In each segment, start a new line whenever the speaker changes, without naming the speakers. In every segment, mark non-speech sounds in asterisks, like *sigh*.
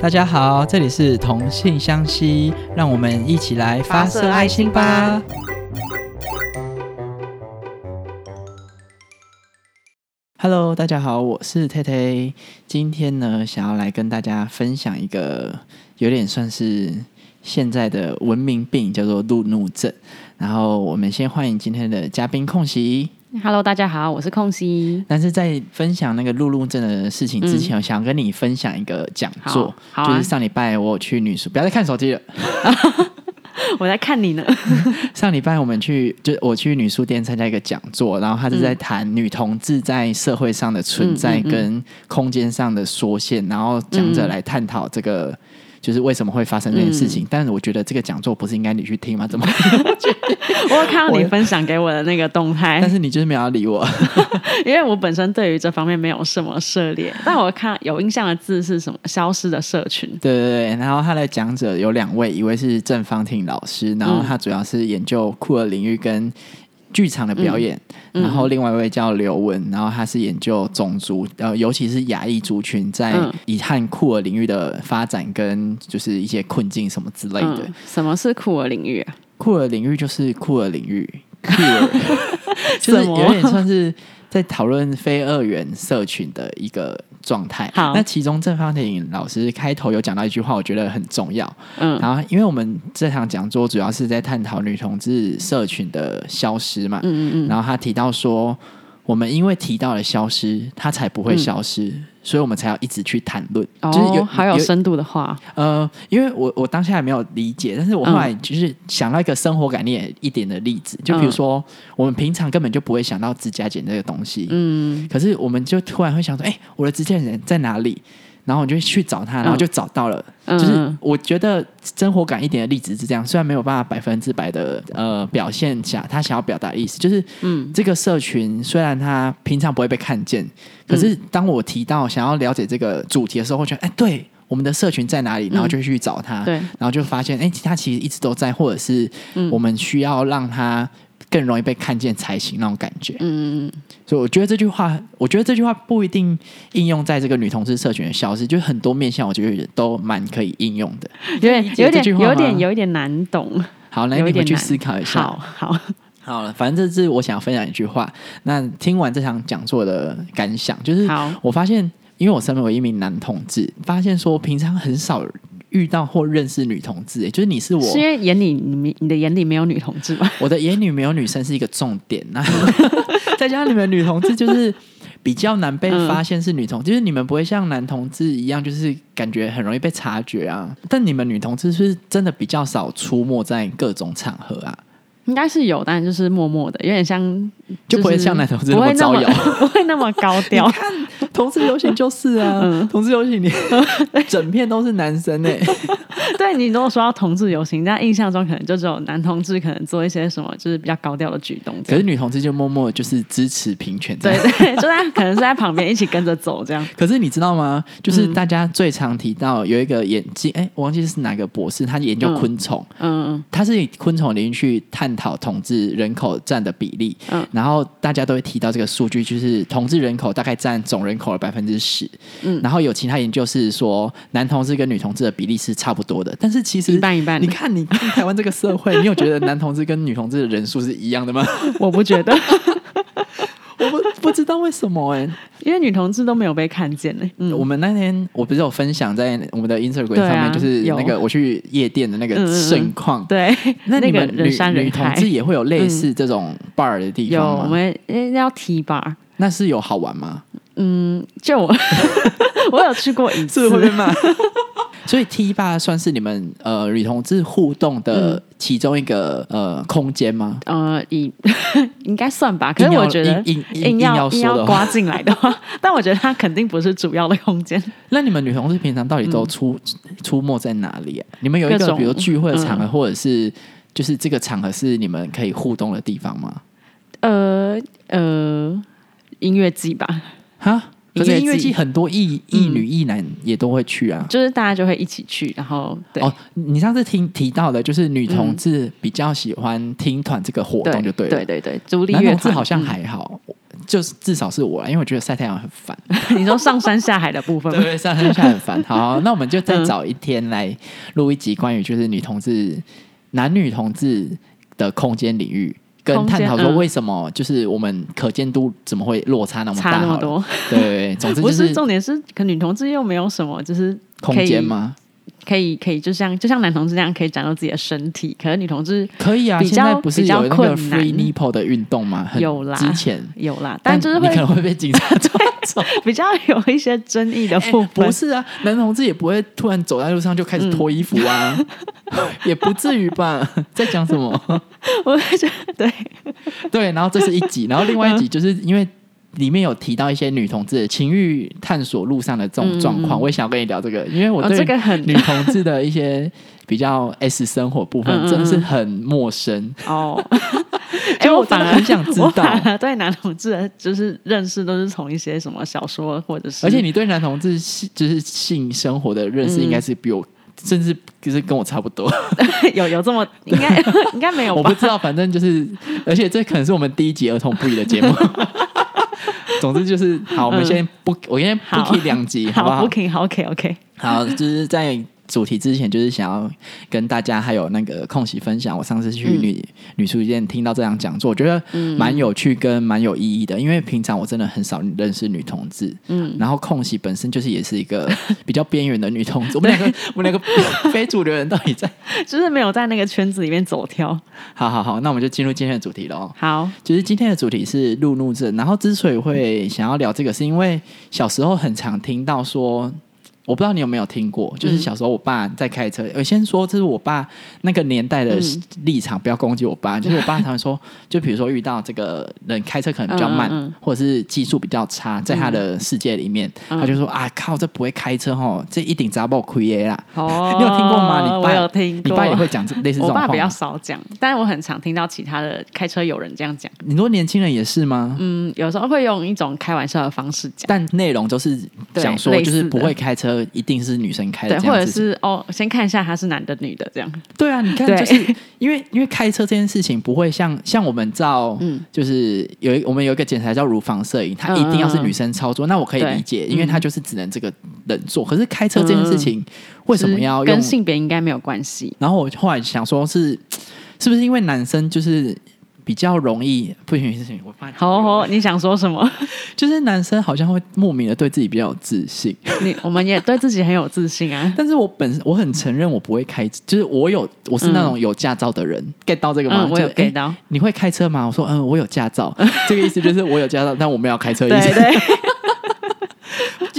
大家好，这里是同性相吸，让我们一起来发射爱心吧。Hello，大家好，我是 t 推。今天呢，想要来跟大家分享一个有点算是现在的文明病，叫做路怒症。然后我们先欢迎今天的嘉宾空袭。
Hello，大家好，我是
*laughs*
空隙。
但是在分享那个路怒症的事情之前，我想跟你分享一个讲座，
嗯好好啊
就是上礼拜我有去女宿，不要再看手机了。
我在看你呢。 *laughs*
上礼拜我们去，就是我去女书店参加一个讲座，然后他是在谈女同志在社会上的存在
嗯嗯嗯
跟空间上的缩限，然后讲者来探讨这个。就是为什么会发生这件事情？
嗯
但是我觉得这个讲座不是应该你去听吗？怎么？
我有看到你
我
分享给我的那个动态
*laughs* 但，是你就是没有要理我。
*laughs* 因为我本身对于这方面没有什么涉猎，但我看有印象的字是什么？消失的社群。
对对对，然后他的讲者有两位，一位是郑方婷老师，然
嗯
后他主要是研究酷儿领域跟剧场的表演，
嗯嗯
然后另外一位叫刘文，然后他是研究种族，呃，尤其是亚裔族群在
嗯
遗憾酷儿领域的发展跟就是一些困境什么之类的。
嗯，什么是酷儿领域、啊？
酷儿领域就是酷儿领域，酷
*laughs*
儿就是
什么
有点算是在讨论非二元社群的一个状态。
好
那其中郑方婷老师开头有讲到一句话，我觉得很重要。
嗯
然后，因为我们这堂讲座主要是在探讨女同志社群的消失嘛，
嗯嗯嗯，
然后他提到说，我们因为提到了消失，它才不会消失，所以我们才要一直去谈论。就是有
嗯哦，好有深度的话，
呃，因为我我当下还没有理解，但是我后来
嗯
就是想到一个生活概念一点的例子，就比如说我们平常根本就不会想到指甲剪这个东西，
嗯，
可是我们就突然会想说，哎、我的指甲剪在哪里？然后我就去找它，然后就找到了。
嗯
就是我觉得生活感一点的例子是这样，虽然没有办法百分之百的呃表现下他想要表达的意思，就是
嗯
这个社群虽然他平常不会被看见，可是
嗯
当我提到想要了解这个主题的时候，我觉得哎，对，我们的社群在哪里？然后就去找他，
嗯对
然后就发现哎，他其实一直都在，或者是
嗯
我们需要让他更容易被看见才行那种感觉。
嗯嗯
所以我觉得这句话，我觉得这句话不一定应用在这个女同志社群的消失，就是很多面向，我觉得都蛮可以应用的。
嗯，有点
理解
有
这句
点
话吗
有点有点难懂，
好，来
有
你们
一点
去
难
思考一下。
好好，
好了，反正这是我想分享一句话。那听完这场讲座的感想，就是
好
我发现，因为我身为一名男同志，发现说平常很少遇到或认识女同志、欸就是你是我，
是因为啊眼里你你的眼里没有女同志吗？ *laughs*
我的眼里没有女生是一个重点。啊 *laughs* 那再加上你们女同志就是比较难被
嗯
发现是女同，就是你们不会像男同志一样，就是感觉很容易被察觉啊。但你们女同志是不是真的比较少出没在各种场合啊？
应该是有，但就是默默的，有点像
就不会
是
像男同志
不
那么
会那
招
么
摇。 *laughs*
*laughs* 不会那么高调。
同志游行就是啊，
嗯
同志游行你 *laughs* 整片都是男生哎、
*laughs* 对你如果说到同志游行，大家印象中可能就只有男同志可能做一些什么就是比较高调的举动这
可
样，
是女同志就默默就是支持平权这
对
样。
对， *laughs* 就在可能是在旁边一起跟着走这样。
*laughs* 可是你知道吗？就是大家最常提到有一个眼镜，哎、我忘记是哪个博士，他研究昆虫，
嗯，
他是以昆虫领域去探讨统治人口占的比例，
嗯
然后大家都会提到这个数据，就是统治人口大概占总人口的百分之十，
嗯
然后有其他研究是说男同志跟女同志的比例是差不多的，但是其实
一半一半
你看，你看台湾这个社会，你有觉得男同志跟女同志的人数是一样的
*laughs*
吗？
我不觉得，
我不不知道为什么哎、
因为女同志都没有被看见呢、嗯，
我们那天我不是有分享在我们的 Instagram
对啊
上面，就是那个
有
我去夜店的那个
嗯嗯嗯
盛况。
对，
那你
个
们
人山
女
人
女同
海。嗯
志也会有类似这种 bar 的地
有，我
方吗？
们诶要 T 吧？
那是有好玩吗？
嗯，就我 *laughs* 我有去过一次，
骂？所以 T 吧算是你们呃女同志互动
嗯
的其中一个、呃空间吗？
呃，以 *laughs* 应该算吧，可是
硬要
我觉得
硬硬
硬
硬要
要
说
硬
的话
要刮进来的话， *laughs* 但我觉得它肯定不是主要的空间。
那你们女同志平常到底都出、出没在哪里、啊？你们有一
嗯各
个
种嗯
比如聚会的场合，或者是就是这个场合是你们可以互动的地方吗？
呃呃，音乐季吧， *laughs*
哈，可是
音乐季
音乐季很多异
嗯
异女异男也都会去啊。
就是大家就会一起去，然后对、嗯
哦，你上次听提到的，就是女同志比较喜欢听团这个活
对
动就对了。
对对对，独立
男
乐
同志
团
好像
嗯
还好，就是至少是我啦，因为我觉得晒太阳很
*laughs*
烦。
*laughs* 你说上山下海的部分吗？
对，上山下很烦。好，那我们就
嗯
再找一天来录一集关于就是女同志、男女同志的空间领域，跟
空间
探讨说
嗯
为什么就是我们可见度怎么会落差那么
*laughs* 差
大
那
好了？
么多，
对对对，总之
不
就是是
重点是，可女同志又没有什么，就是
空
可以
间？吗？
可以可以，就像就像男同志那样，可以展露自己的身体，可是女同志
可以啊，
比
现
较
在不是有那
比
个
较困难
free nipple 的运动吗？很
有啦
之前，
有啦，但就是
你可
会
能会被警察抓走。
*laughs* 比较有一些争议的
哎
部分。
不是啊，男同志也不会突然走在路上就开始脱衣服啊，
*laughs*
也不至于吧？在讲什么？
*laughs* 我会觉得对，
对，然后这是一集，然后另外一集就是因为里面有提到一些女同志的情欲探索路上的这种状况，我也想要跟你聊这个，因为我
嗯哦
对
这个很
*laughs* 女同志的一些比较 S 生活部
嗯嗯
分
嗯
真的是很陌生。 *laughs*
哦，哎、
就
我
我真
反
的
而
很想知
我反
道
而对男同志的就是认识都是从一些什么小说或者是，
而且你对男同志性就是性生活的
嗯
认识，应该是比我、甚至就是跟我差不多。
*laughs* 有有
*laughs*
这么应该应该没有
我
吧
不？知道，反正就是，而且这可能是我们第一集儿童不宜的 *laughs* 节目。总之就是，好，我们
嗯
先不，我先
好
book 两集，好不
好
好？
，OK，好，OK，OK，、 *laughs*
好，就是在主题之前，就是想要跟大家还有那个空隙分享，我上次去女、女书店听到这样讲座，我觉得蛮有趣跟蛮有意义的，因为平常我真的很少认识女同志，嗯，然后空隙本身就是也是一 *laughs* 个比较边缘的女同志，我们两个我们两 *laughs* 个非主流人到底在？
就是没有在那个圈子里面走跳。
好好好，那我们就进入今天的主题喽。
好，
就是今天的主题是路怒症，然后之所以会想要聊这个，是因为小时候很常听到说，我不知道你有没有听过，
嗯
就是小时候我爸在开车，我先说这是我爸那个年代的
嗯
立场，不要攻击我爸，就是我爸常说， *laughs* 就比如说遇到这个人开车可能比较慢，
嗯嗯嗯
或者是技术比较差，在他的世界里面，
嗯
他就说啊靠，这不会开车吼，这一顶砸爆亏耶啦。*laughs*
哦
你有听过吗？你爸
我有听过，
你爸也会讲这类似这
我
种
爸
话
比较
吗。
少讲，但是我很常听到其他的开车友人这样讲。
你说年轻人也是吗？
嗯，有时候会用一种开玩笑的方式讲，
但内容都是讲说，
对类
就
似
是
的
不会开车一定是女生开的
对，
这
或
样
者
子。
是哦，先看一下他是男的女的这样。
对啊，你看，
对
就是因为因为开车这件事情不会像像我们照，
嗯
就是有一我们有一个检查叫乳房摄影，它一定要是女生操作，那我可以
嗯对嗯
理解，因为它就是只能这个人做。可是开车这件事情为什么要
就是
用
跟性别应该没有关系？
然后我后来想说是，是不是因为男生就是比较容易不行不行，我怕
好好，你想说什么？ *laughs*
就是男生好像会莫名的对自己比较有自信。
你我们也对自己很有自信啊。
但是我本身我很承认我不会开，就是我有我是那种有驾照的人、g e t 到这个吗？
嗯，我有
就是
get
诶
到。
你会开车吗？我说嗯，我有驾照，这个意思就是我有驾照，但我没有开车的
对
意思。
对，
*laughs*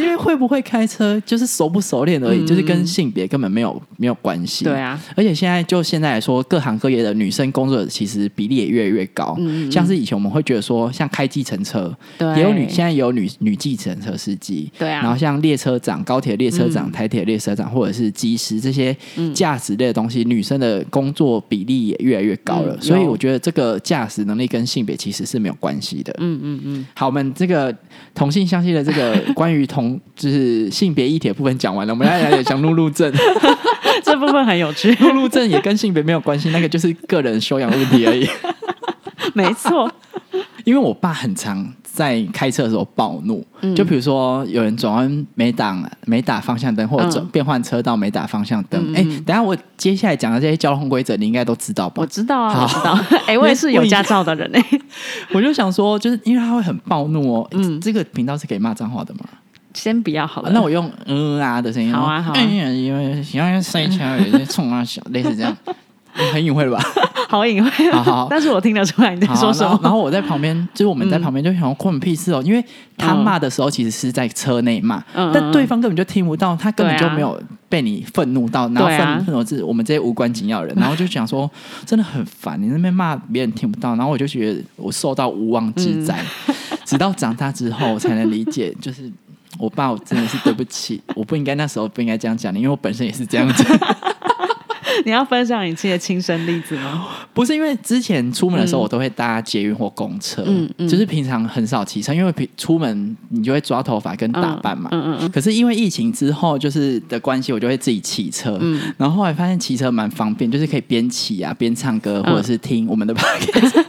因为会不会开车，就是熟不熟练而已，
嗯
就是跟性别根本没有没有关系。
对啊，
而且现在就现在来说，各行各业的女生工作者其实比例也越来越高。像是以前我们会觉得说，像开计程车，
嗯对
也有女，现在也有女女计程车司机。
对啊嗯
然后像列车长、高铁列车长、台铁列车长，或者是机师这些驾驶类的东西，女生的工作比例也越来越高了。
嗯
所以
有
我觉得这个驾驶能力跟性别其实是没有关系的。
嗯嗯嗯，
好，我们这个同性相吸的这个关于同就是性别议题的部分讲完了，我们来讲讲路怒症。
这部分很有趣， *laughs*
路怒症也跟性别没有关系，那个就是个人修养问题而已。
*laughs* 没错，
因为我爸很常在开车的时候暴怒，
嗯
就比如说有人转弯没打没打方向灯，或者转
嗯
变换车道没打方向灯。哎、等一下我接下来讲的这些交通规则，你应该都知道吧
我？知道啊，
好
我知道。 *laughs* 哎，我也是有驾照的人哎，
我就想说，就是因为他会很暴怒哦。嗯，这个频道是可以骂脏话的吗？
先不要好了。
那我用嗯啊的声音，
好啊好啊
嗯因为喜欢塞车，有些冲啊小，类似
*laughs*
这样，很隐晦了吧？
好隐晦
好好
哦
好，
但是我听得出来你在
好啊
说什
然后然
么。
后我在旁
*laughs*
边，就是我们在旁边就想说关我们屁事哦，因为他骂的时候其实是在车内骂，
嗯
但对方根本就听不到，他根本就没有被你愤怒到，然后
对啊
愤愤怒是我们这些无关紧
*laughs*
要的人，然后就想说真的很烦，你那边骂别人听不到，然后我就觉得我受到无妄之灾，
嗯
*laughs*
*laughs*
直到长大之后我才能理解，就是。我爸，我真的是对不起，我不应该那时候不应该这样讲你，因为我本身也是这样子。
*laughs* 你要分享你自己的亲身例子
*laughs*
吗？
不是因为之前出门的时候，我都会搭捷运或公车，
嗯嗯
就是平常很少骑车，因为平出门你就会抓头发跟打扮嘛。
嗯嗯嗯嗯
可是因为疫情之后，就是的关系，我就会自己骑车。
嗯
然后
嗯
*laughs*
*laughs*
后来发现骑车蛮方便，就是可以边骑啊边唱歌，或者是听我们的 p o d c a s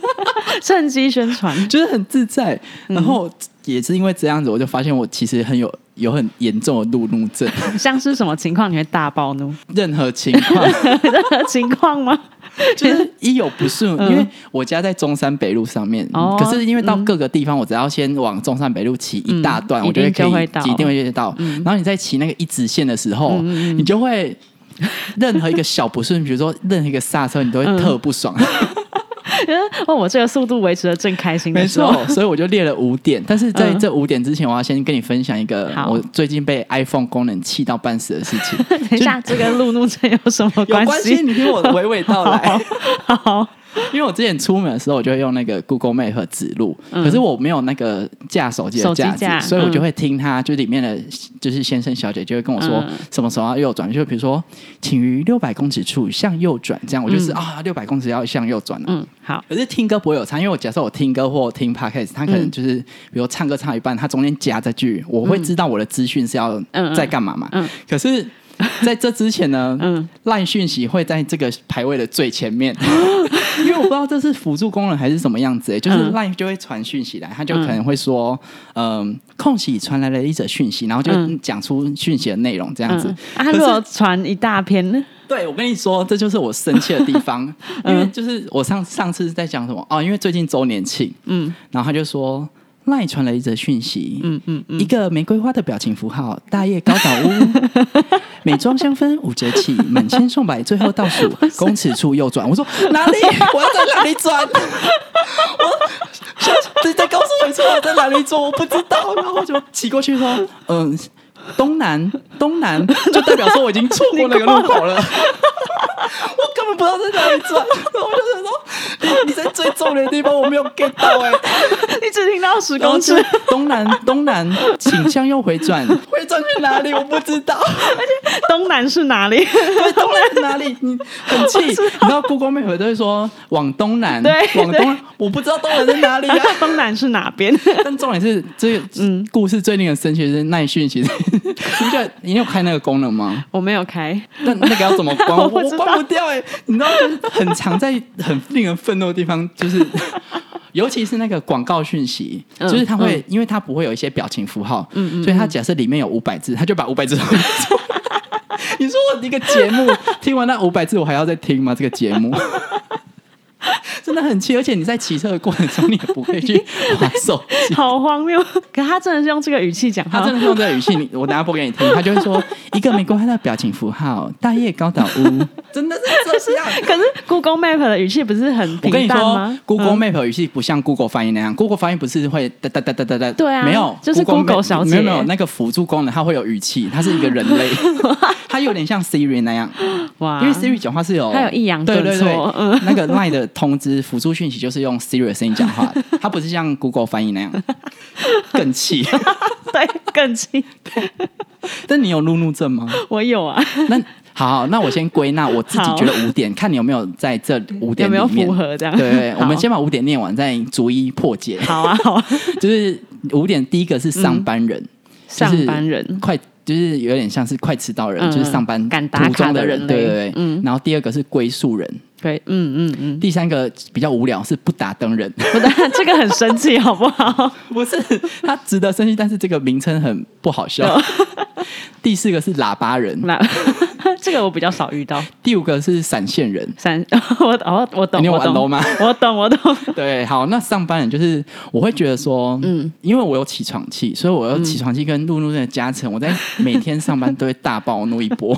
趁机宣传。
就是很自在。
嗯
然后也是因为这样子，我就发现我其实很有有很严重的路怒症， *laughs*
像是什么情况你会大暴怒？ *laughs*
任何情况
任何情况吗？ *laughs*
就是一有不顺，因为我家在中山北路上面，
嗯哦
可是因为到各个地方，我只要先往中山北路骑一大段，
嗯
我觉得可
一定就会
以
到嗯
一定会到。然后你在骑那个一直线的时候，你就会。任何一个小不顺，比如说任何一个刹车，你都会
嗯
特不爽。
哦，我这个速度维持的正开
*laughs*
心
没
的时候，
错，所以我就列了五点。但是在
嗯
这五点之前，我要先跟你分享一个
好
我最近被 iPhone 功能气到半死的事情。
*laughs* 等一下，这跟路怒症有什么
有关系，
系？
你听我娓娓
*laughs*
道来。
好，好
因为我之前出门的时候，我就会用那个 Google Map 指路，可是我没有那个架手机的架
嗯手
子
机，架
所以我
嗯
就会听他，就里面的就是先生小姐就会跟我说
嗯
什么时候要右转，就比如说请于六百公尺处向右转，这样我就是啊六百公尺要向右转啊。
嗯，好，
可是听歌不会有差，因为我假设我听歌或听 podcast，他可
嗯
能就是比如唱歌唱一半，他中间夹这句，我会知道我的资讯是要
嗯
在干嘛嘛。
嗯
可是在这之前呢，
*laughs* 嗯
烂讯息会在这个排位的最前
*laughs*
面，因为我不知道这是辅助功能还是什么样子、欸，就是
嗯
烂就会传讯息来，他就可能会说，嗯、空隙传来了一则讯息，然后就
嗯
讲出讯息的内容这样子。
嗯，啊，
可
如
是
果传一大篇 *laughs* 呢？
对，我跟你说，这就是我生气的地
*laughs*
方，因
嗯
为就是我上上次在讲什么哦，因为最近周年庆，
嗯
然后他就说赖传了一则讯息，
嗯嗯嗯，
一个玫瑰花的表情符号，大叶高岛屋，
*laughs*
美妆香氛五折起，满千送百，最后倒
*laughs*
数公尺处右转。我说哪里？我要在哪里转？我想你在告诉我说我在哪里转？我不知道。然后我就骑过去说，嗯。东南，东南，就代表说我已经错过那个路口了。我根本不知道在哪里 *laughs* 转，然后我就想说，你 *laughs* 你在最重的地方我没有 get 到哎、
你只听到十
*laughs* 然后
公尺
是，东南东南，请向右回转， *laughs* 回转去哪里？我不知 *laughs* 道，
东南是哪
*laughs*
里？
对，东南是哪里？你很 *laughs* 气，你知道 Google Map 都会说往东南，
对
往东，我不知道东南在哪里 *laughs* 啊。
*laughs* 东南是哪边？ *laughs*
但重点是，这个故事最令人生气的是耐讯息， *laughs* 你不觉得你有开那个功能吗？
我没有开，
但那个要怎么关？我
*laughs* 我不知道
关不掉哎、你知道，就是很常在很令人愤怒的地方，就是尤其是那个广告讯息，
嗯
就是它会，因为它不会有一些表情符号，所以它假设里面有五百字，它就把五百字都你说我一个节目 *laughs* 听完那五百字，我还要再听吗？这个节目 *laughs* 真的很气，而且你在骑车的过程中，你也不会去划手机。
*laughs* 好荒谬。可他真的是用这个语气讲
*laughs* 他
话
真，的是用这个语气，你我等下播给你听，他就会说一个玫瑰花的表情符号，大叶高岛屋， *laughs* 真的是这样。
*laughs* 可是 Google Map 的语气不是很
*laughs* 我跟
平
你
淡
说
吗
，Google
嗯
Map 语气不像 Google 翻译那样，Google 翻译不是会哒哒哒哒哒哒，
对啊
没有，
就是
Google
Google
Map-
小
没有
姐
没有那个辅助功能，它会有语气，它是一个人类，
*laughs*
它有点像 Siri 那样，
哇
因为 Siri 讲话是有
它有抑扬
对对
顿挫
对
嗯，
那个 Line 的通知辅助讯息就是用 Siri 的声音讲话的，它不是像 Google 翻译那样更气。
*laughs*
*laughs*
对更近，
但你有路怒症吗？
我有啊， *laughs*
那好，那我先归纳我自己觉得五点，看你有没有在这五 *laughs* 点
有
里
没
面
有符合这样？
对
*laughs*
对，我们
好
先把五点念完，再逐一破解。
好啊好啊，
就是五点，第一个是上班人，就是
上班人
快，就是有点像是快迟到人，
嗯
就是上班
赶打
途中
卡
的
的
人，
人类
对对对。
嗯
然后第二个是归宿人，
对，嗯嗯嗯， *laughs*
第三个比较无聊是不打灯人，
不但这个很生气，好不好？ *laughs*
*laughs* 不是他值得生气，但是这个名称很不好
哦
笑。 *laughs* 第四个是喇叭人，
那 *laughs* 这个我比较少遇到。
第五个是闪现人。
三， *laughs* 我哦，我懂，
你有
我
玩 LOL
懂
吗？
我懂，我懂。 *laughs*
对，好，那上班人就是我会觉得说，嗯，因为我有起床气，所以我有起床气跟路怒症的加成，我在每天上班都会大暴怒一
*laughs*
波。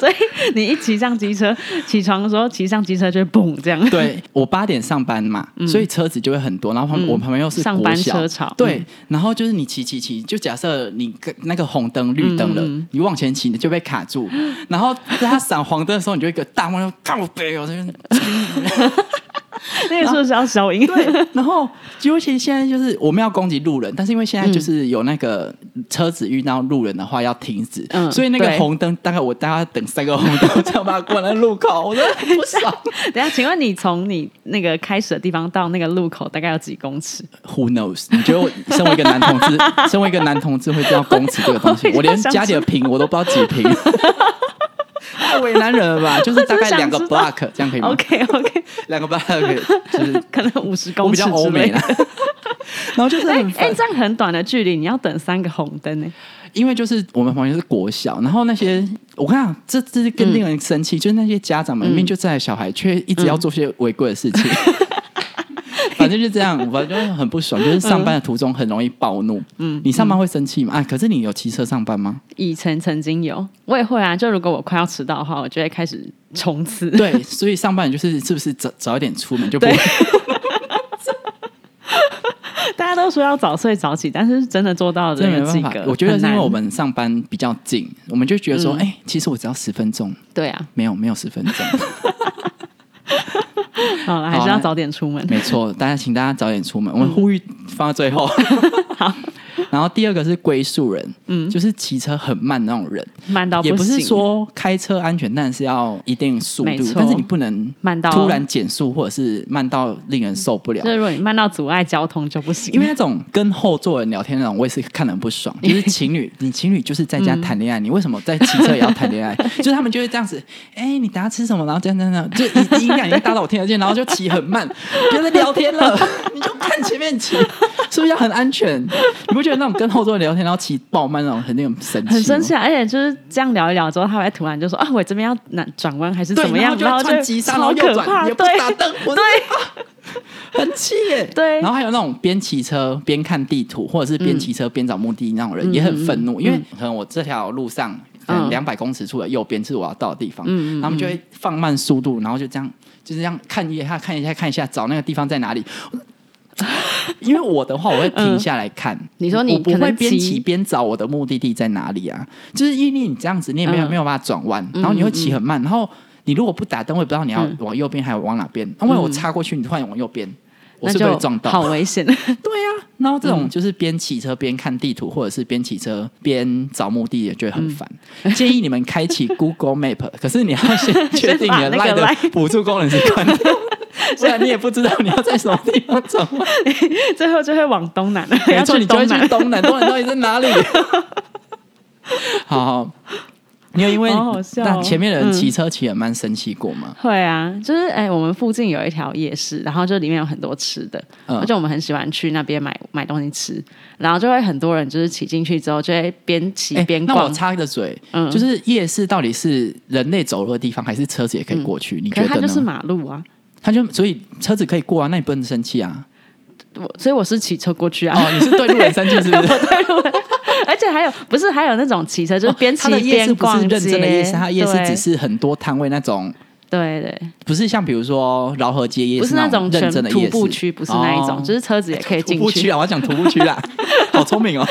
所以你一骑上机车，起床的时候骑上机车就会嘣这样。
对我八点上班嘛，所以车子就会很多，然后旁、我旁边又是
嗯上
国
班
小
车潮嗯
对，然后就是你骑骑骑，就假设你跟那个红灯绿灯了，
嗯
你往前骑你就被卡住，然后在他闪黄灯的时候，你就一个大骂，靠北哦，我这边
*laughs* 那个是不是要消音？
对，
*laughs*
然后尤其现在就是我们要攻击路人，但是因为现在就是有那个车子遇到路人的话要停止，
嗯
所以那个
对
红灯大概我大概等三个红灯，我才要把它过那路口，我真的很不
*laughs*
爽。 *laughs*
等一下，请问你从你那个开始的地方到那个路口大概有几公尺？
Who knows？你觉得我身为一个男同
*laughs*
志，身为一个男同志会知道公尺这个东西？
我
我连
想 *laughs*
家里的平我都不知道几平。太为难人了吧？就是大概两个
我只是想
block 这样可以吗？
OK OK，
两个 block 就是
可能五十
我
公
比
尺
较欧
之
美啊
类
啦
*laughs* 的。。
然后就是
哎
很
哎，
烦，
这样很短的距离，你要等三个红灯呢。
因为就是我们旁边是国小，然后那些我跟你讲，这这是更令人生
嗯
气，就是那些家长们明明就在小孩，却一直要做些违规的事情。
嗯
*laughs* 反正就这样，反正就很不爽。就是上班的途中很容易暴怒。嗯，你上班会生气吗？啊，可是你有骑车上班
*laughs*
吗？
以前曾经有，我也会啊。就如果我快要迟到的话，我就会开始冲刺。
对，所以上班就是是不是早早一点出门就不会
对 *laughs* 大家都说要早睡早起，但是真的做到的
真的
人
没
有几
办法
个？。
我觉得
很
是因为
难
我们上班比较近，我们就觉得说，
嗯
哎、其实我只要十分钟，
对啊，
没有没有十分钟，
好了，还
好
是
啊
要早点出门。 *laughs*
没错。大家请大家早点出门，
嗯
我们呼吁放到最后。然后第二个是归宿人，嗯，就是骑车很慢那种人，
慢到
也不
哦行，
是说开车安全，但是要一定速
没
度
错，
但是你不能
慢到
突然减速或者是慢到令人受不了
就。是如果你慢到阻碍交通就不行，
因为那种跟后座人聊天那种，我也是看得很不
*laughs*
爽。就是情侣，你情侣就是在家
嗯
谈恋爱，你为什么在骑车也要谈
*laughs*
恋爱？就是他们就会这样子，哎、你等下吃什么？然后这样这样这样，就音音量已经大到我听得见，然后就骑很
*laughs*
慢，不要再聊天了，你就看前面骑，是不是要很安全？你不觉得那种跟后座人聊天，然后骑爆慢那种，很令人生气，
很生气。啊。而且就是这样聊一聊之后，他会突然就说啊，我这边要转转弯还是
对，
怎么样，
然
然
后
后
就穿急刹，然
超
后右
可怕，
转，也不
啊对
打
*laughs*
灯，我对， *laughs* 很气耶。
对
然后还有那种边骑车边看地图，或者是边骑车边找目的地那种人，也很愤怒，因为可能我这条路上。可能
嗯
两百公尺处的右边是我要到的地方，他们就会放慢速度，然后就这样，就是这样看一下、看一下、看一下，找那个地方在哪里。 *laughs* 因为我的话，我会停下来看。
你说你
我不
可
会
能
边
骑
骑边找我的目的地在哪里啊？就是因为你这样子，你也没有、
嗯
没有办法转弯，然后你会骑很慢，然后你如果不打灯，我也不知道你要
嗯
往右边还是往哪边。因为我插过去，你突然往右边，我
那
是不
就是
会撞到？
好嗯危险。 *laughs*
对呀、然后这种就是边骑车边看地图，或者是边骑车边找目的地，就会很烦。
嗯
建议你们开启 Google
*laughs*
Map，可是你要先确定你的
先把那
Line
个
的
Line
辅助功能是关
*laughs*
掉，不然你也不知道你要在什么地方转弯。
最后就会往东南了，
*laughs* 没
*laughs* 要
错，
去
你就会去
东南。
东南，东南到底在哪
*laughs*
里？好好，你有因为
好好笑哦
那前面的人骑车骑得蛮生气过吗？
会啊，就是哎、我们附近有一条夜市，然后就里面有很多吃的，
嗯
而且我们很喜欢去那边买买东西吃，然后就会很多人就是骑进去之后就会边骑
哎
边
那我
逛，
插个嘴，
嗯
就是夜市到底是人类走路的地方，还是车子也可以过去？你
嗯可
觉
是它
得
就是
呢？
马路啊，
他就所以车子可以过啊，那你不能生气
*laughs*
啊。
我所以我是骑车过去啊。
哦，你是对路人生气是不
*laughs*
是？
而且还有不是还有那种骑车，就是边骑
哦他的夜市
边
不是
逛街。
认真的夜市，他的夜市
对
只是很多摊位那种，
对对，
不是像比如说饶河街夜
不
市
是那种
认
全
真的
徒
夜市，
步区，不是那一种，
哦
就是车子也可以
徒
进
步
去
区，啊，我要讲徒步区 *laughs* 啦，好聪明哦。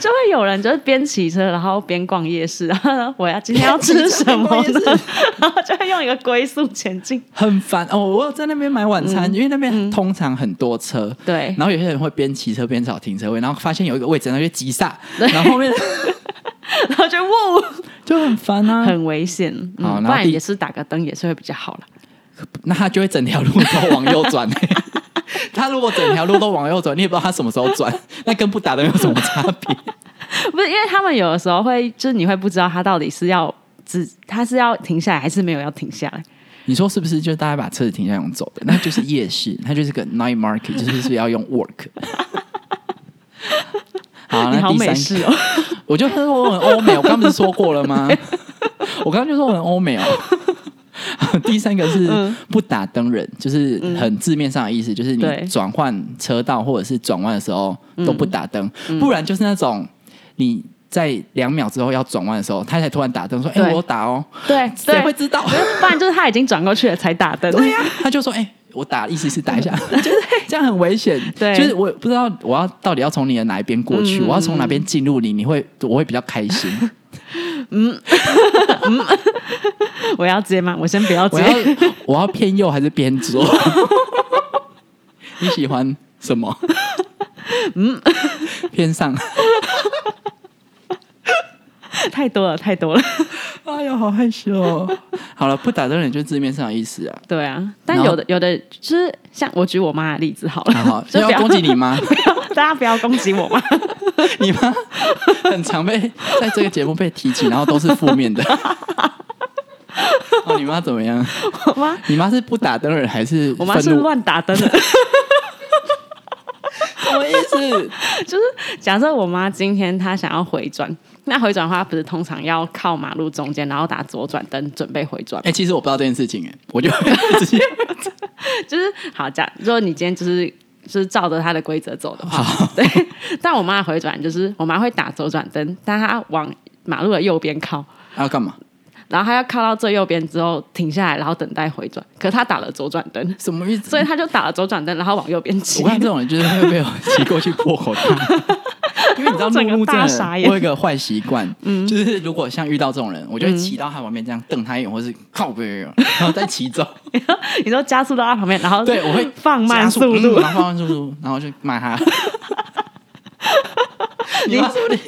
就会有人就是边骑车然后边逛夜市，然后呢我要今天要吃什么
边骑车边逛 *laughs*
呢？然后就会用一个龟速前进。
很烦哦！我有在那边买晚餐，因为那边通常很多车，
对
然后有些人会边骑车边找停车位，然后发现有一个位置，然后就急刹，然后后面 *laughs*
然后就哇，
就很烦啊。
很危险。
好
嗯，
然后
不然
第
也是打个灯也是会比较好了。
那他就会整条路都往右转、欸。他如果整条路都往右转，你也不知道他什么时候 *laughs* 转，那跟不打灯有什么差别？
不是因为他们有的时候会，就是你会不知道他到底是要只他是要停下来还是没有要停下来。
你说是不是？就是大家把车子停下来用走的，那就是夜市，它就是个 night market，就是是要用 *laughs* work。好，
你
那
好
第
美
三
式哦，
我就说我很欧美，我刚不是说过了
*laughs*
吗？我刚刚就说我很欧美哦。 *laughs* 第三个是
嗯
不打灯人，就是很字面上的意思，就是你
对嗯
转换车道或者是转弯的时候都不打灯，不然就是那种你在两秒之后要转弯的时候，他才突然打灯说：“哎、
对
我有打哦。”
对 *laughs*
谁会
对，啊
知道？
不然就是他已经转过去了才打灯。
对呀、 *laughs* 他就说：“哎、我打，意思是打一
*laughs*
下，就是 *laughs* 这样很危险。
对嗯
就是我不知道我要到底要从你的哪一边过去，我要从哪边进入你，你会我会比较开心。”
我要接吗？我先不要
我
接。
要我要偏右还是偏左？ *laughs* 你喜欢什么？嗯，偏上。
太多了，太多了。
哎呀，好害羞、哦。好了，不打断人就字面上的意思
*laughs*
啊。
对啊，但
然后
有的有的就是像我举我妈的例子好了，
好好，
*laughs* 就
要
不要
攻击你妈，
不要大家不要攻击我妈，
你妈很常被在这个节目被提起，然后都是负面的。哦，你妈怎么样？
我妈
你妈是不打灯人还是
*laughs* 我妈是
愤怒
乱打灯 *laughs* 的，
什么意思？
就是假设我妈今天她想要回转，那回转的话，她不是通常要靠马路中间，然后打左转灯准备回转
哎、其实我不知道这件事情、哎，我就 *laughs* 直接
就是好假，如果你今天就是就是照着它的规则走的话，对。 *laughs* 但我妈的回转就是，我妈会打左转灯，但她往马路的右边靠，
要啊干嘛？
然后她要靠到最右边之后停下来，然后等待回转。可她打了左转 *laughs* 灯，
什么意思？
所以她就打了左转灯，然后往右边骑
我。看这种人就是会被我骑过去破口大
*laughs*
骂。因为你知道
整
怒
个
目症
大
的
傻
人，
眼嗯
我有一个坏习惯，就是如果像遇到这种人，我就会骑到他旁边这样瞪他一眼，或是靠背，然后
*laughs*
再骑走。
*laughs* 你说加速到她旁边，然后
对，我会
哦放慢
加
速度
嗯。然后放慢速度，然后就骂
*laughs*
他。你妈说你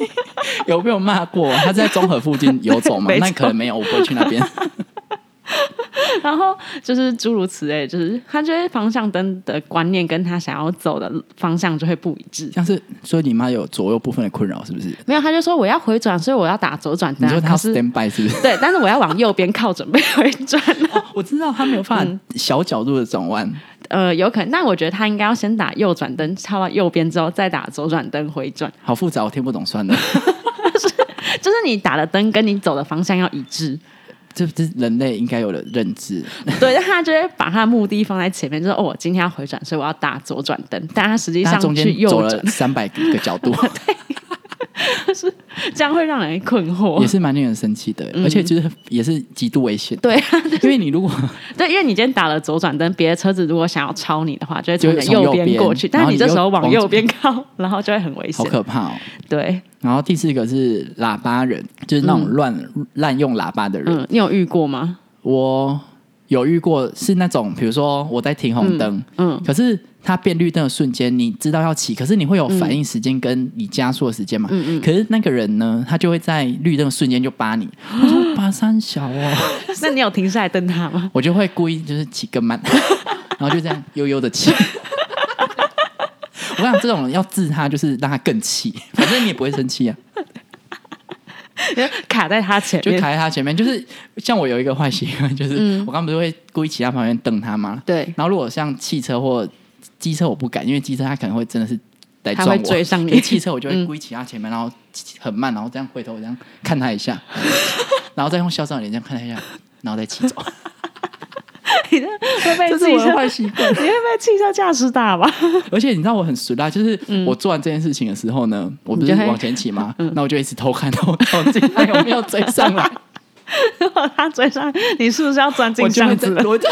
有没有骂过？他是在中和附近游走嘛？
*laughs* 没错
那可能没有，我不会去那边。
*laughs* 然后就是诸如此类，就是她觉得方向灯的观念跟她想要走的方向就会不一致。
像是所以你妈有左右部分的困扰，是不是？
没有，她就说我要回转，所以我要打左转
你
灯啊。
说她
可
要
是
stand by 是
*laughs*
不是？
对，但是我要往右边靠，准备回
*laughs*
转。
我知道她没有办法
嗯
小角度的转弯，
呃，有可能，但我觉得他应该要先打右转灯，超到右边之后再打左转灯回转，
好复杂，我听不懂，
*laughs*
算了。
就是你打的灯跟你走的方向要一
*laughs*
致。
这这是人类应该有的认知，
对，但他就会把他的目的放在前面，就是哦，我今天要回转，所以我要打左转灯，但他实际
但
上
她中
去
间走
右
了
转，
三百个角
*laughs*
度，
这样会让人困惑
也。是蛮令人生气的，而且就是也是极度危险。
嗯 *laughs* 对啊，
因为你如果
对，因为你今天打了左转灯，别的车子如果想要超你的话，就会
就会
从你的
从右
右边
边
过去，
然
但
后
你
你
这
又
时候往
往
右
左
边靠，然后就会很危
好
险。
可怕哦。
对，
然后第四个是喇叭人，就是那种乱滥、用喇叭的人。
嗯嗯，你有遇
*laughs*
过吗？
我有遇过是那种，比如说我在停红灯，
嗯，
可是它变绿灯的瞬间，你知道要骑，可是你会有反应时间跟你加速的时间嘛？
嗯
可是那个人呢，他就会在绿灯的瞬间就扒你，我
*gasps*
说扒三小哦，
那你有停下来瞪他吗？
我就会故意就是骑更慢， *laughs* 然后就这样悠悠的骑。我想这种人要治他，就是让他更气，
*laughs*
反正你也不会生气啊。
就 *laughs* 卡在他前
就
面，
卡在他前面，就是像我有一个坏习惯，就是、
嗯
我刚不是会故意骑他旁边瞪他吗？
对，
然后如果像汽车或机车，我不敢，因为机车他可能会真的是来
他
撞我。
会追上
可是
你。嗯
汽车我就会故意骑他前面，然后骑很慢，然后这样回头这样看他一
*laughs*
下，然后再用嚣张的脸这样看他一下，然后再骑走。
你这会被
*laughs* 这是
汽
我的
车，
坏习惯。
*laughs* 你会被汽车驾驶打吧？
而且你知道我很熟啦，就是我做完这件事情的时候呢，我不是
嗯你就会嗯
往前骑吗？那我就一直偷看偷偷进他有没有追上
*laughs*
来。
如果他追上，你是不是要钻
我
进
就
箱
会 *laughs*
子
在
了？
我就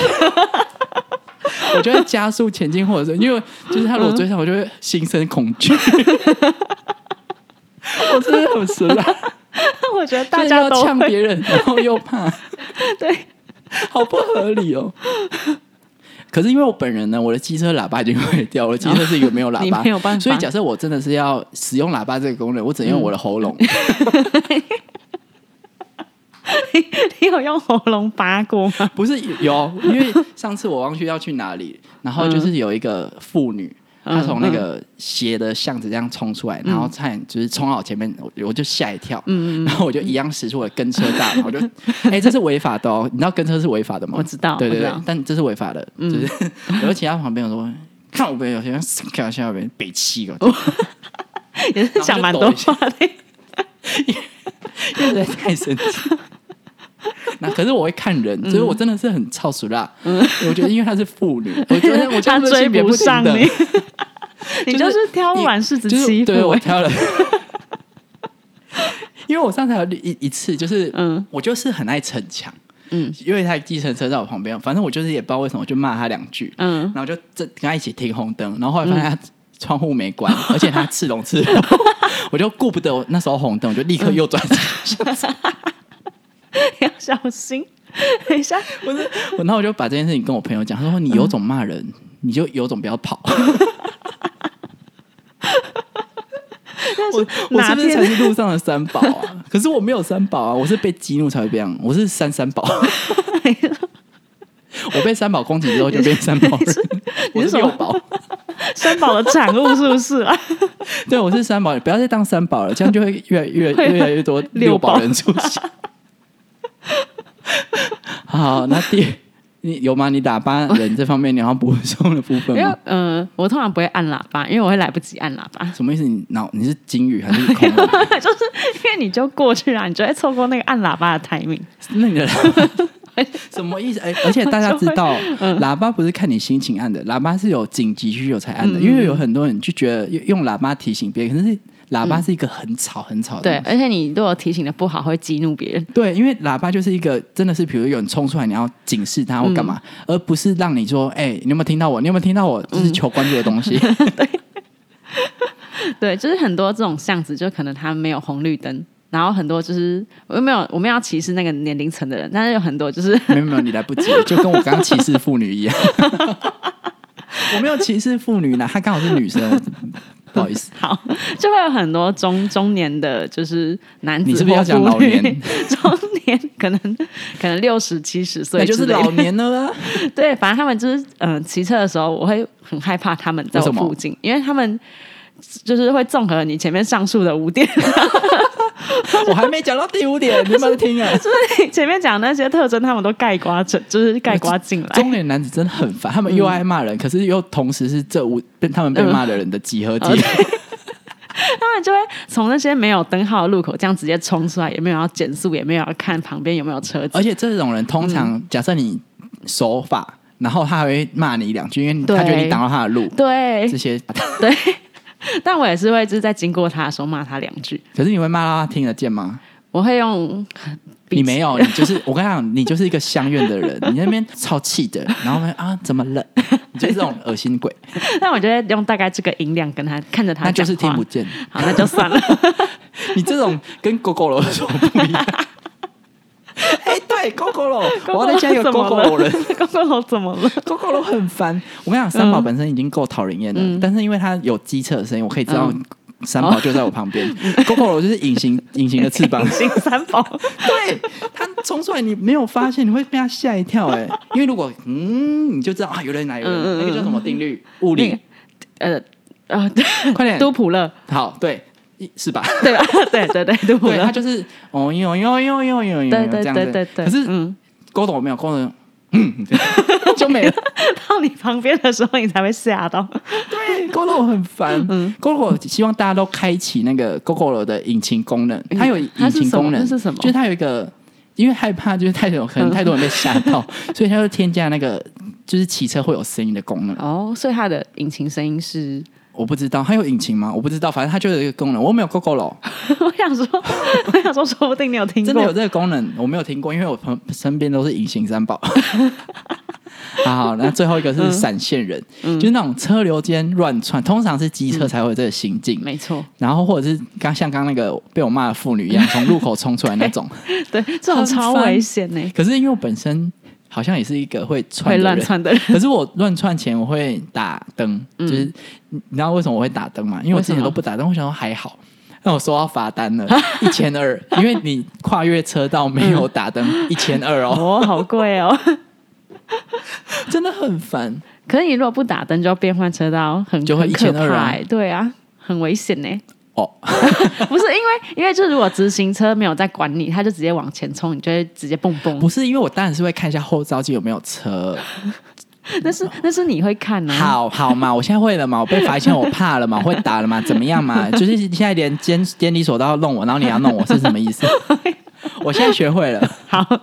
我就会加速前进，或者是因为就是他如果追上，我就会心生恐惧。
嗯
*laughs* 我真的很神啊！
我觉得
就
*laughs* 大
是
家
要
都
呛
会，
别人，然后又怕，
对， *laughs*
好不合理哦。可是因为我本人呢，我的机车喇叭已经坏掉，我的机车是一个没有喇叭，
哦你没有办法
所以假设我真的是要使用喇叭这个功能，我只能用我的喉咙。
你有用喉咙拔过吗？
*laughs* 不是有，因为上次我忘记要去哪里，然后就是有一个妇女，
嗯
她从那个斜的巷子这样冲出来，然后差点就是冲到我前面，我我就吓一跳，
嗯
*laughs* 然后我就一样使出我的跟车大
*laughs*
法，我就，哎、这是违法的哦，你知道跟车是违法的吗？
我知道
对对
我
对
知道，嗯
但这是违法的，就是、 *laughs* 我就骑到旁边，我说。看我边有些人看我下边北气哦，
也是讲蛮多话
*laughs*
的。
因为实在 *laughs* 太生气。那可是我会看人，所以
嗯
我真的是很超熟啦。我觉得因为她是妇女，我觉得我觉
他
得这
追
性别
不
平
上
等
你，
*laughs*
你就是挑软柿子欺负
就是对我
欸。
挑了。 *laughs* 因为我上次还有一一次，就是
嗯
嗯，我就是很爱逞强，
嗯
嗯，因为他计程车在我旁边，反正我就是也不知道为什么，我就骂他两句，
嗯，
然后就这跟他一起停红灯，然后后来发现他窗户没关，而且他赤龙赤龙， *laughs* 我就顾不得我那时候红灯，我就立刻右转，
*laughs* 要小心。 *laughs* 等一下，
不是， *laughs* 我然后我就把这件事情跟我朋友讲，他说你有种骂人，你就有种不要跑，我 *laughs* 我是
哪
不是
天
才是路上的三宝啊？可是我没有三宝啊，我是被激怒才会这样，我是三三宝。 *laughs*
*laughs*
我被三宝攻击之后就变三宝人，我
你
是
是什
六
么
宝。
三宝的产物是不是
*laughs*
啊？
对，我是三宝人，不要再当三宝了，这样就会越来越
会
越来越多
六
*laughs* 六
宝
宝人出现。 *laughs* 好，那第你有吗？你打巴人这方面你要补充的部分
因为
吗？，
呃，我通常不会按喇叭，因为我会来不及按喇叭
什么意思？你脑你是金鱼还是
*laughs*
*laughs* 恐龙？
就是因为你就过去啊啦，你就会错过那个按喇叭的 timing。
*laughs* 那
*laughs*
你的什么意思？哎、而且大家知道，
嗯
喇叭不是看你心情按的，喇叭是有紧急需求才按的，
嗯
因为有很多人就觉得用用喇叭提醒别人，可是喇叭是一个很吵很吵的
对
东，西。
而且你如果提醒的不好，会激怒别人。 *laughs*
对，因为喇叭就是一个真的是，比如有人冲出来，你要警示他或干嘛，
嗯
而不是让你说，哎、你有没有听到我？你有没有听到我？就是求关注的东
*laughs*
西。
对，就是很多这种巷子，就可能它没有红绿灯，然后很多就是我又没有我们要歧视那个年龄层的人，但是有很多就是 *laughs*
没有没有，你来不及，就跟我刚刚歧视妇女一样。 *laughs* 我没有歧视妇女啦，她刚好是女生，不好意
*laughs*
思。
好，就会有很多中中年的，就是男子
你是不是要讲
或妇女
老年？
*laughs* 中年可能可能六十七十岁
那就
之
是
类的，
老年了啊。
对，反正他们就是嗯，骑车的时候我会很害怕他们在我
为什么
附近，因为他们就是会综合你前面上述的五点， *laughs*
*laughs* 我还没讲到第五点，你们听啊！
*laughs* 就是你前面讲的那些特征，他们都盖刮整，就是盖刮进来。
中年男子真的很烦，他
嗯
们又爱骂人，可是又同时是这五被他们被骂的人的集合体。
嗯他们就会从那些没有灯号的路口这样直接冲出来，也没有要减速，也没有要看旁边有没有车
*laughs*
子
而。且这种人通常，
嗯
假设你守法，然后他还会骂你两句，因为
对
他觉得你挡到他的路。
对
这些， *laughs*
对，但我也是会就是在经过他的时候骂他两句，
可是你会骂到他听得见
*laughs*
吗？
我会用笔
你没有，你就是我跟你讲，你就是一个相怨的
*laughs*
人，你那边超气的，然后呢啊怎么了？你就是这种恶心鬼，
但我就会用大概这个音量跟他看着他
那
讲
就
话，
是听不见。
好，那
*laughs*
就算了。
你这种跟狗狗 o 有什么不一样？ *laughs* 哎、对，狗狗 o 我要再加
*laughs*
一个狗狗 o 人。
狗狗楼怎么了？
狗狗 o 很烦。我跟你讲，三宝本身已经够讨人厌了，但是因为它有机车的声音，我可以知道
嗯哦
三宝就在我旁边。 *laughs* 狗狗 o 就是隐形隐形的翅膀
*laughs* 隐，形三宝，
对，它冲出来你没有发现，你会被它吓一跳哎、因为如果嗯，你就知道啊，有人来，有人来
嗯嗯嗯
那个叫什么定律？物理，
呃呃，对，
快点，
都普勒，
好，对，一是
*laughs*
吧？
对吧？对对对，都普
对，
勒
它，就是哦哟哟哟哟哟哟
对
这
对
样
对
子。
对对。
可是
嗯，
勾懂我没有？勾 *laughs* 懂，嗯，就 *laughs* 没了。
到你旁边的时候，你才会吓到。
对勾勾很烦。嗯，勾勾希望大家都开启那个勾勾的引擎功能，它有
哎它
引
是
擎
什么
功能
那是什么
就是它有一个。因为害怕，就是太多可能太多人被吓
*laughs*
到，所以它就添加那个就是骑车会有声音的功能。
哦，所以它的引擎声音是，
我不知道它有引擎吗？我不知道，反正它就有一个功能。我没有 GoGo 了，
*laughs* 我想说， *laughs* 我想说，说不定你有听
真的有
过。
这个功能，我没有听过，因为我朋身边都是隐形 *laughs* 三宝。好好，那最后一个是闪现人，就是那种车流间乱窜，通常是机车才会有这个行径。
没错，
然后或者是刚像刚那个被我骂的妇女一样，从路口冲出来那种。
对，这种
很
超
烦
危险呢，
可是因为我本身好像也是一个会
会
窜的
乱
人，
窜的人。
*laughs* 可是我乱窜前我会打灯，就是你你知道为什么我会打灯吗？嗯因为我之
为什
前
么
都不打灯，我想说还 *laughs* 好。那我收到罚单了，一千 *laughs* 二，因为你跨越车道没有打灯，一千二哦，
哦，好贵哦！
*laughs* 真的很烦。
可是你如果不打灯，就要变换车道，很
就会
很可
1200啊
怕欸对啊，很危险呢。
哦，
*laughs* 不是因为，因为就是如果直行车没有在管你，他就直接往前冲，你就会直接蹦蹦
不。是因为我当然是会看一下后照镜有没有车，
那是那是你会看呢、啊。
好好嘛，我现在会了嘛，我被罚钱，我怕了嘛，我会打
*laughs*
了嘛，怎么样嘛？就是现在连监监理所都要弄我，然后你要弄我是什么意
*laughs*
思？我现在学会了。
好，嗯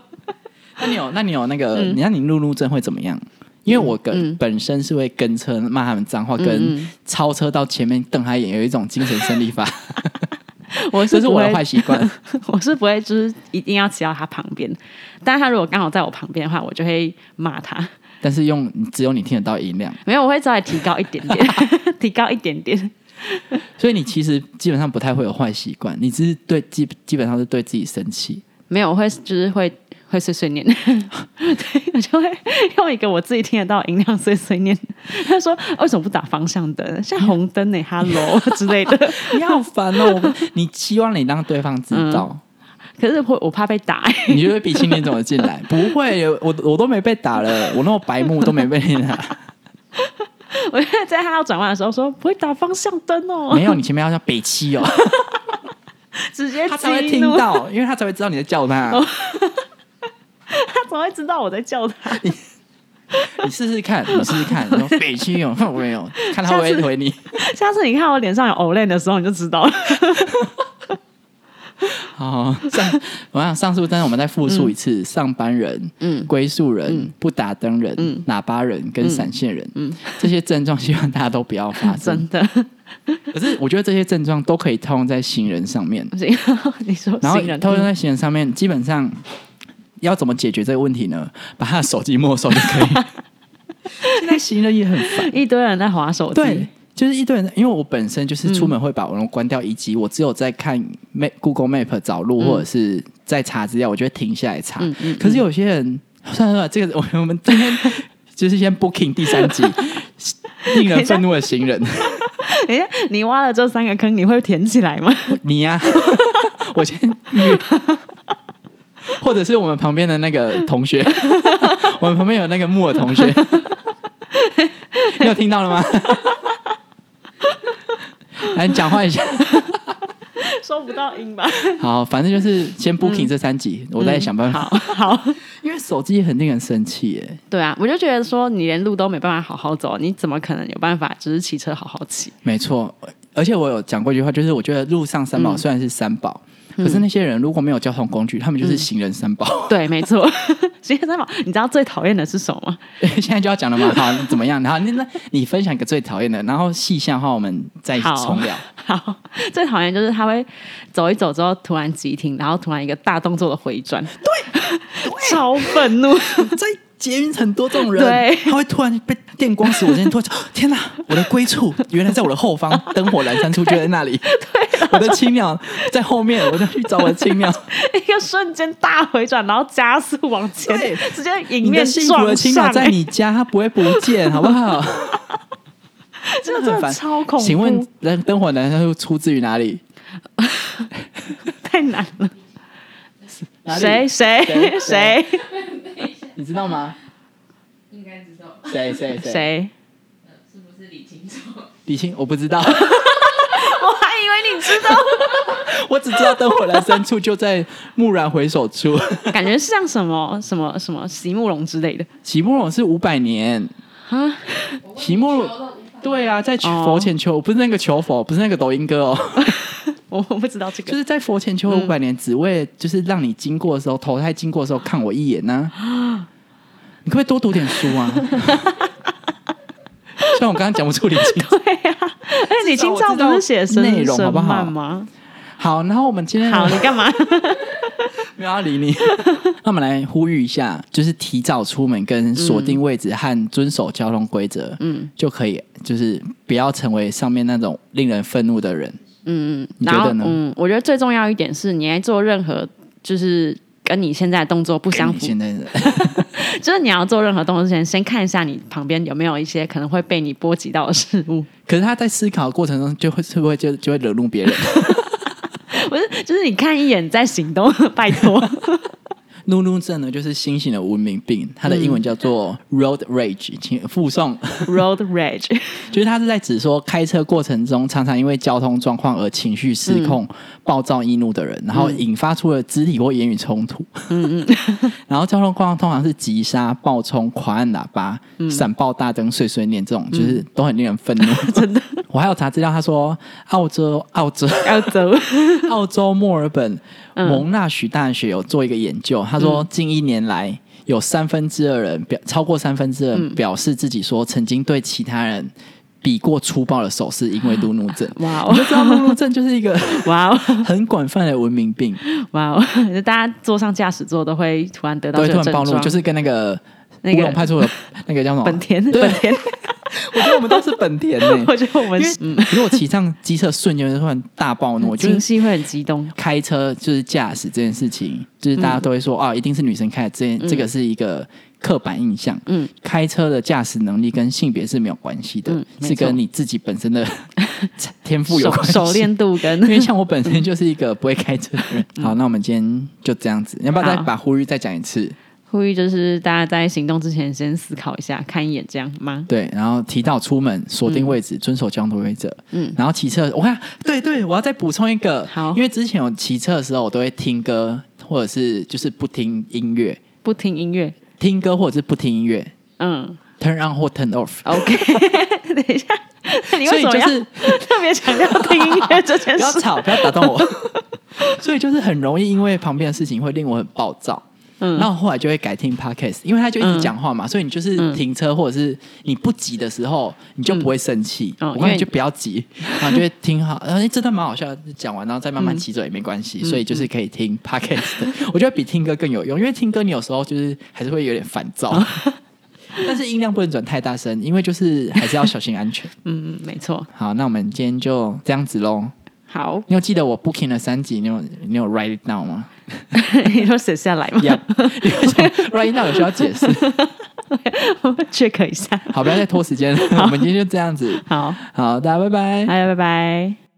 那你有那你有那个，你让你路怒症会怎么样？因为我跟、本身是会跟车骂他们脏话，
嗯
跟超车到前面瞪他一眼，有一种精神胜利法，
*laughs* 我
这
是
是
不
我
会，
的坏习惯。
*laughs* *laughs* 我是不会，就是一定要骑到他旁边。但是他如果刚好在我旁边的话，我就会骂他。
但是用只有你听得到音量，
没有，我会稍微提高一点点， *laughs* 提高一点点。
所以你其实基本上不太会有坏习惯，你只是对基基本上是对自己生气。
没有，我会就是会会碎碎念， *laughs* 对我就会用一个我自己听得到的音量碎碎念。 *laughs* 他说为什么不打方向灯？像红灯呢、哈
*laughs*
hello 之类的。
你好烦哦！我你希望你让对方知道，
可是我我怕被打、 *laughs*
你就会比青年怎么进来？不会，我我都没被打了，我那么白目都没被你
*laughs*
打。
我就在他要转弯的时候说不会打方向灯哦，
没有，你前面要叫北七
*laughs*
哦，
直接
他才会
激
听
怒，哦
到，因为他才会知道你在叫他。
他怎么会知道我在叫他？
你试试看，你试试看，你说北七哦， *laughs* 看我没有，看他会不会
下次
回你。
下次你看我脸上有 Olay 的时候，你就知道了。
嗯好，上我想上述，但是我们再复述一次：上班人、
嗯
归宿人、不打灯人、
嗯
喇叭人跟闪现人，这些症状希望大家都不要发生。
*laughs* 真的，
可是我觉得这些症状都可以套用在行人上面，
不行，嗯你说
然后
新人
套用在行人上面，基本上要怎么解决这个问题呢？ *laughs* 把他的手机没收就
*laughs*
可以。现在行人也很烦，
一堆人在划手机，
对，就是一堆人，因为我本身就是出门
嗯
会把网络关掉，以及我只有在看 Map Google Map 找路，或者是在查资料，我就会停下来查。
嗯嗯嗯
可是有些人， *laughs* 算了算了，这个我我们今天就是先 Booking 第三
*laughs*
集，令人愤怒的行人，
等一下， *laughs* 你挖了这三个坑，你会填起来吗？ *laughs*
*laughs* 你呀、我先预约。或者是我们旁边的那个同学， *laughs* 我们旁边有那个木耳同学， *laughs* 你有听到了吗？ *laughs* 来，你讲话一下。
收不到音吧？
好，反正就是先 booking 这三集，我再想 *laughs* 办法。
好，好，
因为手机很令人生气耶，
对啊，我就觉得说，你连路都没办法好好走，你怎么可能有办法只是骑车好好骑？
没错。嗯而且我有讲过一句话，就是我觉得路上三宝虽然是三宝，可是那些人如果没有交通工具，他们就是行人三宝。
对，没错。 *laughs* 行车三宝，你知道最讨厌的是什么吗？
现在就要讲了 *laughs* 嘛，好，你怎么样？然后你那你分享一个最讨厌的，然后细项的话我们再
好
重聊。
好，最讨厌就是他会走一走之后突然急停，然后突然一个大动作的回转，对， *laughs* 超愤怒。
*laughs* 在捷运很多这种人，
对
他会突然被电光石火之间，突然天哪，我的归处原来在我的后 *laughs* 方，灯火阑珊处就在那里。对，我的青鸟在后面，我就去找我的青 *laughs* 鸟。
一个瞬间大回转，然后加速往前
对，
直接迎
你的
面
幸福
撞
的青鸟
上、
在你家，它不会不见，好不 *laughs* 好？
欸这个 *laughs* 真的超恐怖。
请问灯灯火男又出自于哪里？
太难了，
哪里
谁？谁
谁
谁
你知道吗？
应该知道吧？
谁谁？
谁？ *laughs*
呃，是不是李清照？
李青，我不知道，
我还以为你知道，
*laughs* 我只知道灯火阑珊处就在蓦然回首处。 *laughs*
感觉是像什么什么什么席慕容之类的
席慕容是五百年，
啊。
席慕容。对啊，在佛前求，
哦
不是那个求佛，不是那个抖音歌
*laughs*
哦，
我我不知道这个，
就是在佛前求了五百年，只为就是让你经过的时候，投胎经过的时候看我一眼呢、你可不可以多读点书
*laughs*
啊？虽然我刚刚讲不出理清
*laughs* 对呀、啊。 *laughs* 哎，李清照不是写生
内容好不好
生漫吗？
好，然后我们今天
好，你
*laughs*
干嘛？
没有要理 *laughs* 你。那我们来呼吁一下，就是提早出门、跟锁定位置和遵守交通规则，嗯，就可以，就是不要成为上面那种令人愤怒的人。
嗯，
你
然
觉
后
得呢
嗯，我觉得最重要一点是，你在做任何就是跟你现在的动作不相符
现在
*laughs* 就是你要做任何动作之前，先看一下你旁边有没有一些可能会被你波及到的事物。
*laughs*
*laughs*
可是他在思考的过程中，就会是不会就就会惹怒 *laughs* 别人，
不是，就是你看一眼再行动， *laughs* 拜
*laughs*
托。
怒怒症呢，就是新型的文明病，它的英文叫做 road rage，请附送。
Road rage， *laughs*
就是他是在指说开车过程中常常因为交通状况而情绪失控、暴躁易怒的人，然后引发出了肢体或言语冲突。嗯 *laughs* 然后交通状况通常是急刹、暴冲、狂按喇叭、闪爆大灯、碎碎念这种，就是都很令人愤怒。嗯 *laughs* 真的，我还有查资料，他说澳洲、澳洲、
要走。
*laughs* 澳洲墨尔本
嗯
蒙纳许大学有做一个研究，他说近一年来有三分之二人表超过三分之二
嗯
人表示自己说曾经对其他人比过粗暴的手势，因为路怒症。 *laughs*
哇
我
哦
就，知道路怒症就是一个
哇哦，
很广泛的文明
*laughs*
病，
哇哦！就大家坐上驾驶座都会突然得到
对，
这
突然
个症
暴
状，
怒，就是跟那个。
*laughs* 那个
乌龙派出所那个叫什么？ *laughs*
本田，
对啊
本田，
我觉得我们都是本田呢、
*laughs* 我觉得我们
因为
嗯，
如果骑上机车，瞬间就突然大暴怒，就
情
是
绪会很激动。
开车就是驾驶这件事情，就是大家都会说
嗯
啊，一定是女生开的，这这个是一个刻板印象。
嗯，
开车的驾驶能力跟性别是没有关系的
嗯，没
是跟
错
你自己本身的 *laughs* 天赋有
熟
关系。
熟练度跟
*laughs* 因为像我本身就是一个不会开车的人。好，那我们今天就这样子，要不要再
嗯好
把呼吁再讲一次？
呼吁就是大家在行动之前先思考一下，看一眼这样吗？
对，然后提到出门锁定位置，遵守交通规则。嗯
嗯，
然后骑车，我看对对，我要再补充一个，
好
因为之前我骑车的时候，我都会听歌，或者是就是不听音乐，
不听音乐，
听歌或者是不听音乐
嗯
，turn on 或 turn off。 *laughs*
，OK。等一下，那你
所
为
以
什么
就
要
是
*laughs* 特别强调听音乐这件
不要
事？
吵，不要打断我。 *laughs* 所以就是很容易因为旁边的事情会令我很暴躁。
嗯
然后后来就会改听 podcast，因为他就一直讲话嘛，所以你就是停车或者是你不急的时候，你就不会生气。
嗯哦
我告诉
因为
你
你
就不要急，然后你就会听好，然后哎这段蛮好笑的，讲完然后再慢慢骑走也没关
嗯
系。所以就是可以听 podcast，的我觉得比听歌更有用，因为听歌你有时候就是还是会有点烦
哦
躁， *laughs* 但是音量不能转太大声，因为就是还是要小心安全。
嗯，没错。
好，那我们今天就这样子喽。
好，
你有记得我 booking 了三集，你有你有 write it down 吗
你都写下来
*laughs*
吗
？Yep. 因为想？write it down 有需要解释。
我们 *laughs* check 一下。
好，不要再拖时间了，我们今天就这样子。
好，
好，大家拜拜。
大家拜拜。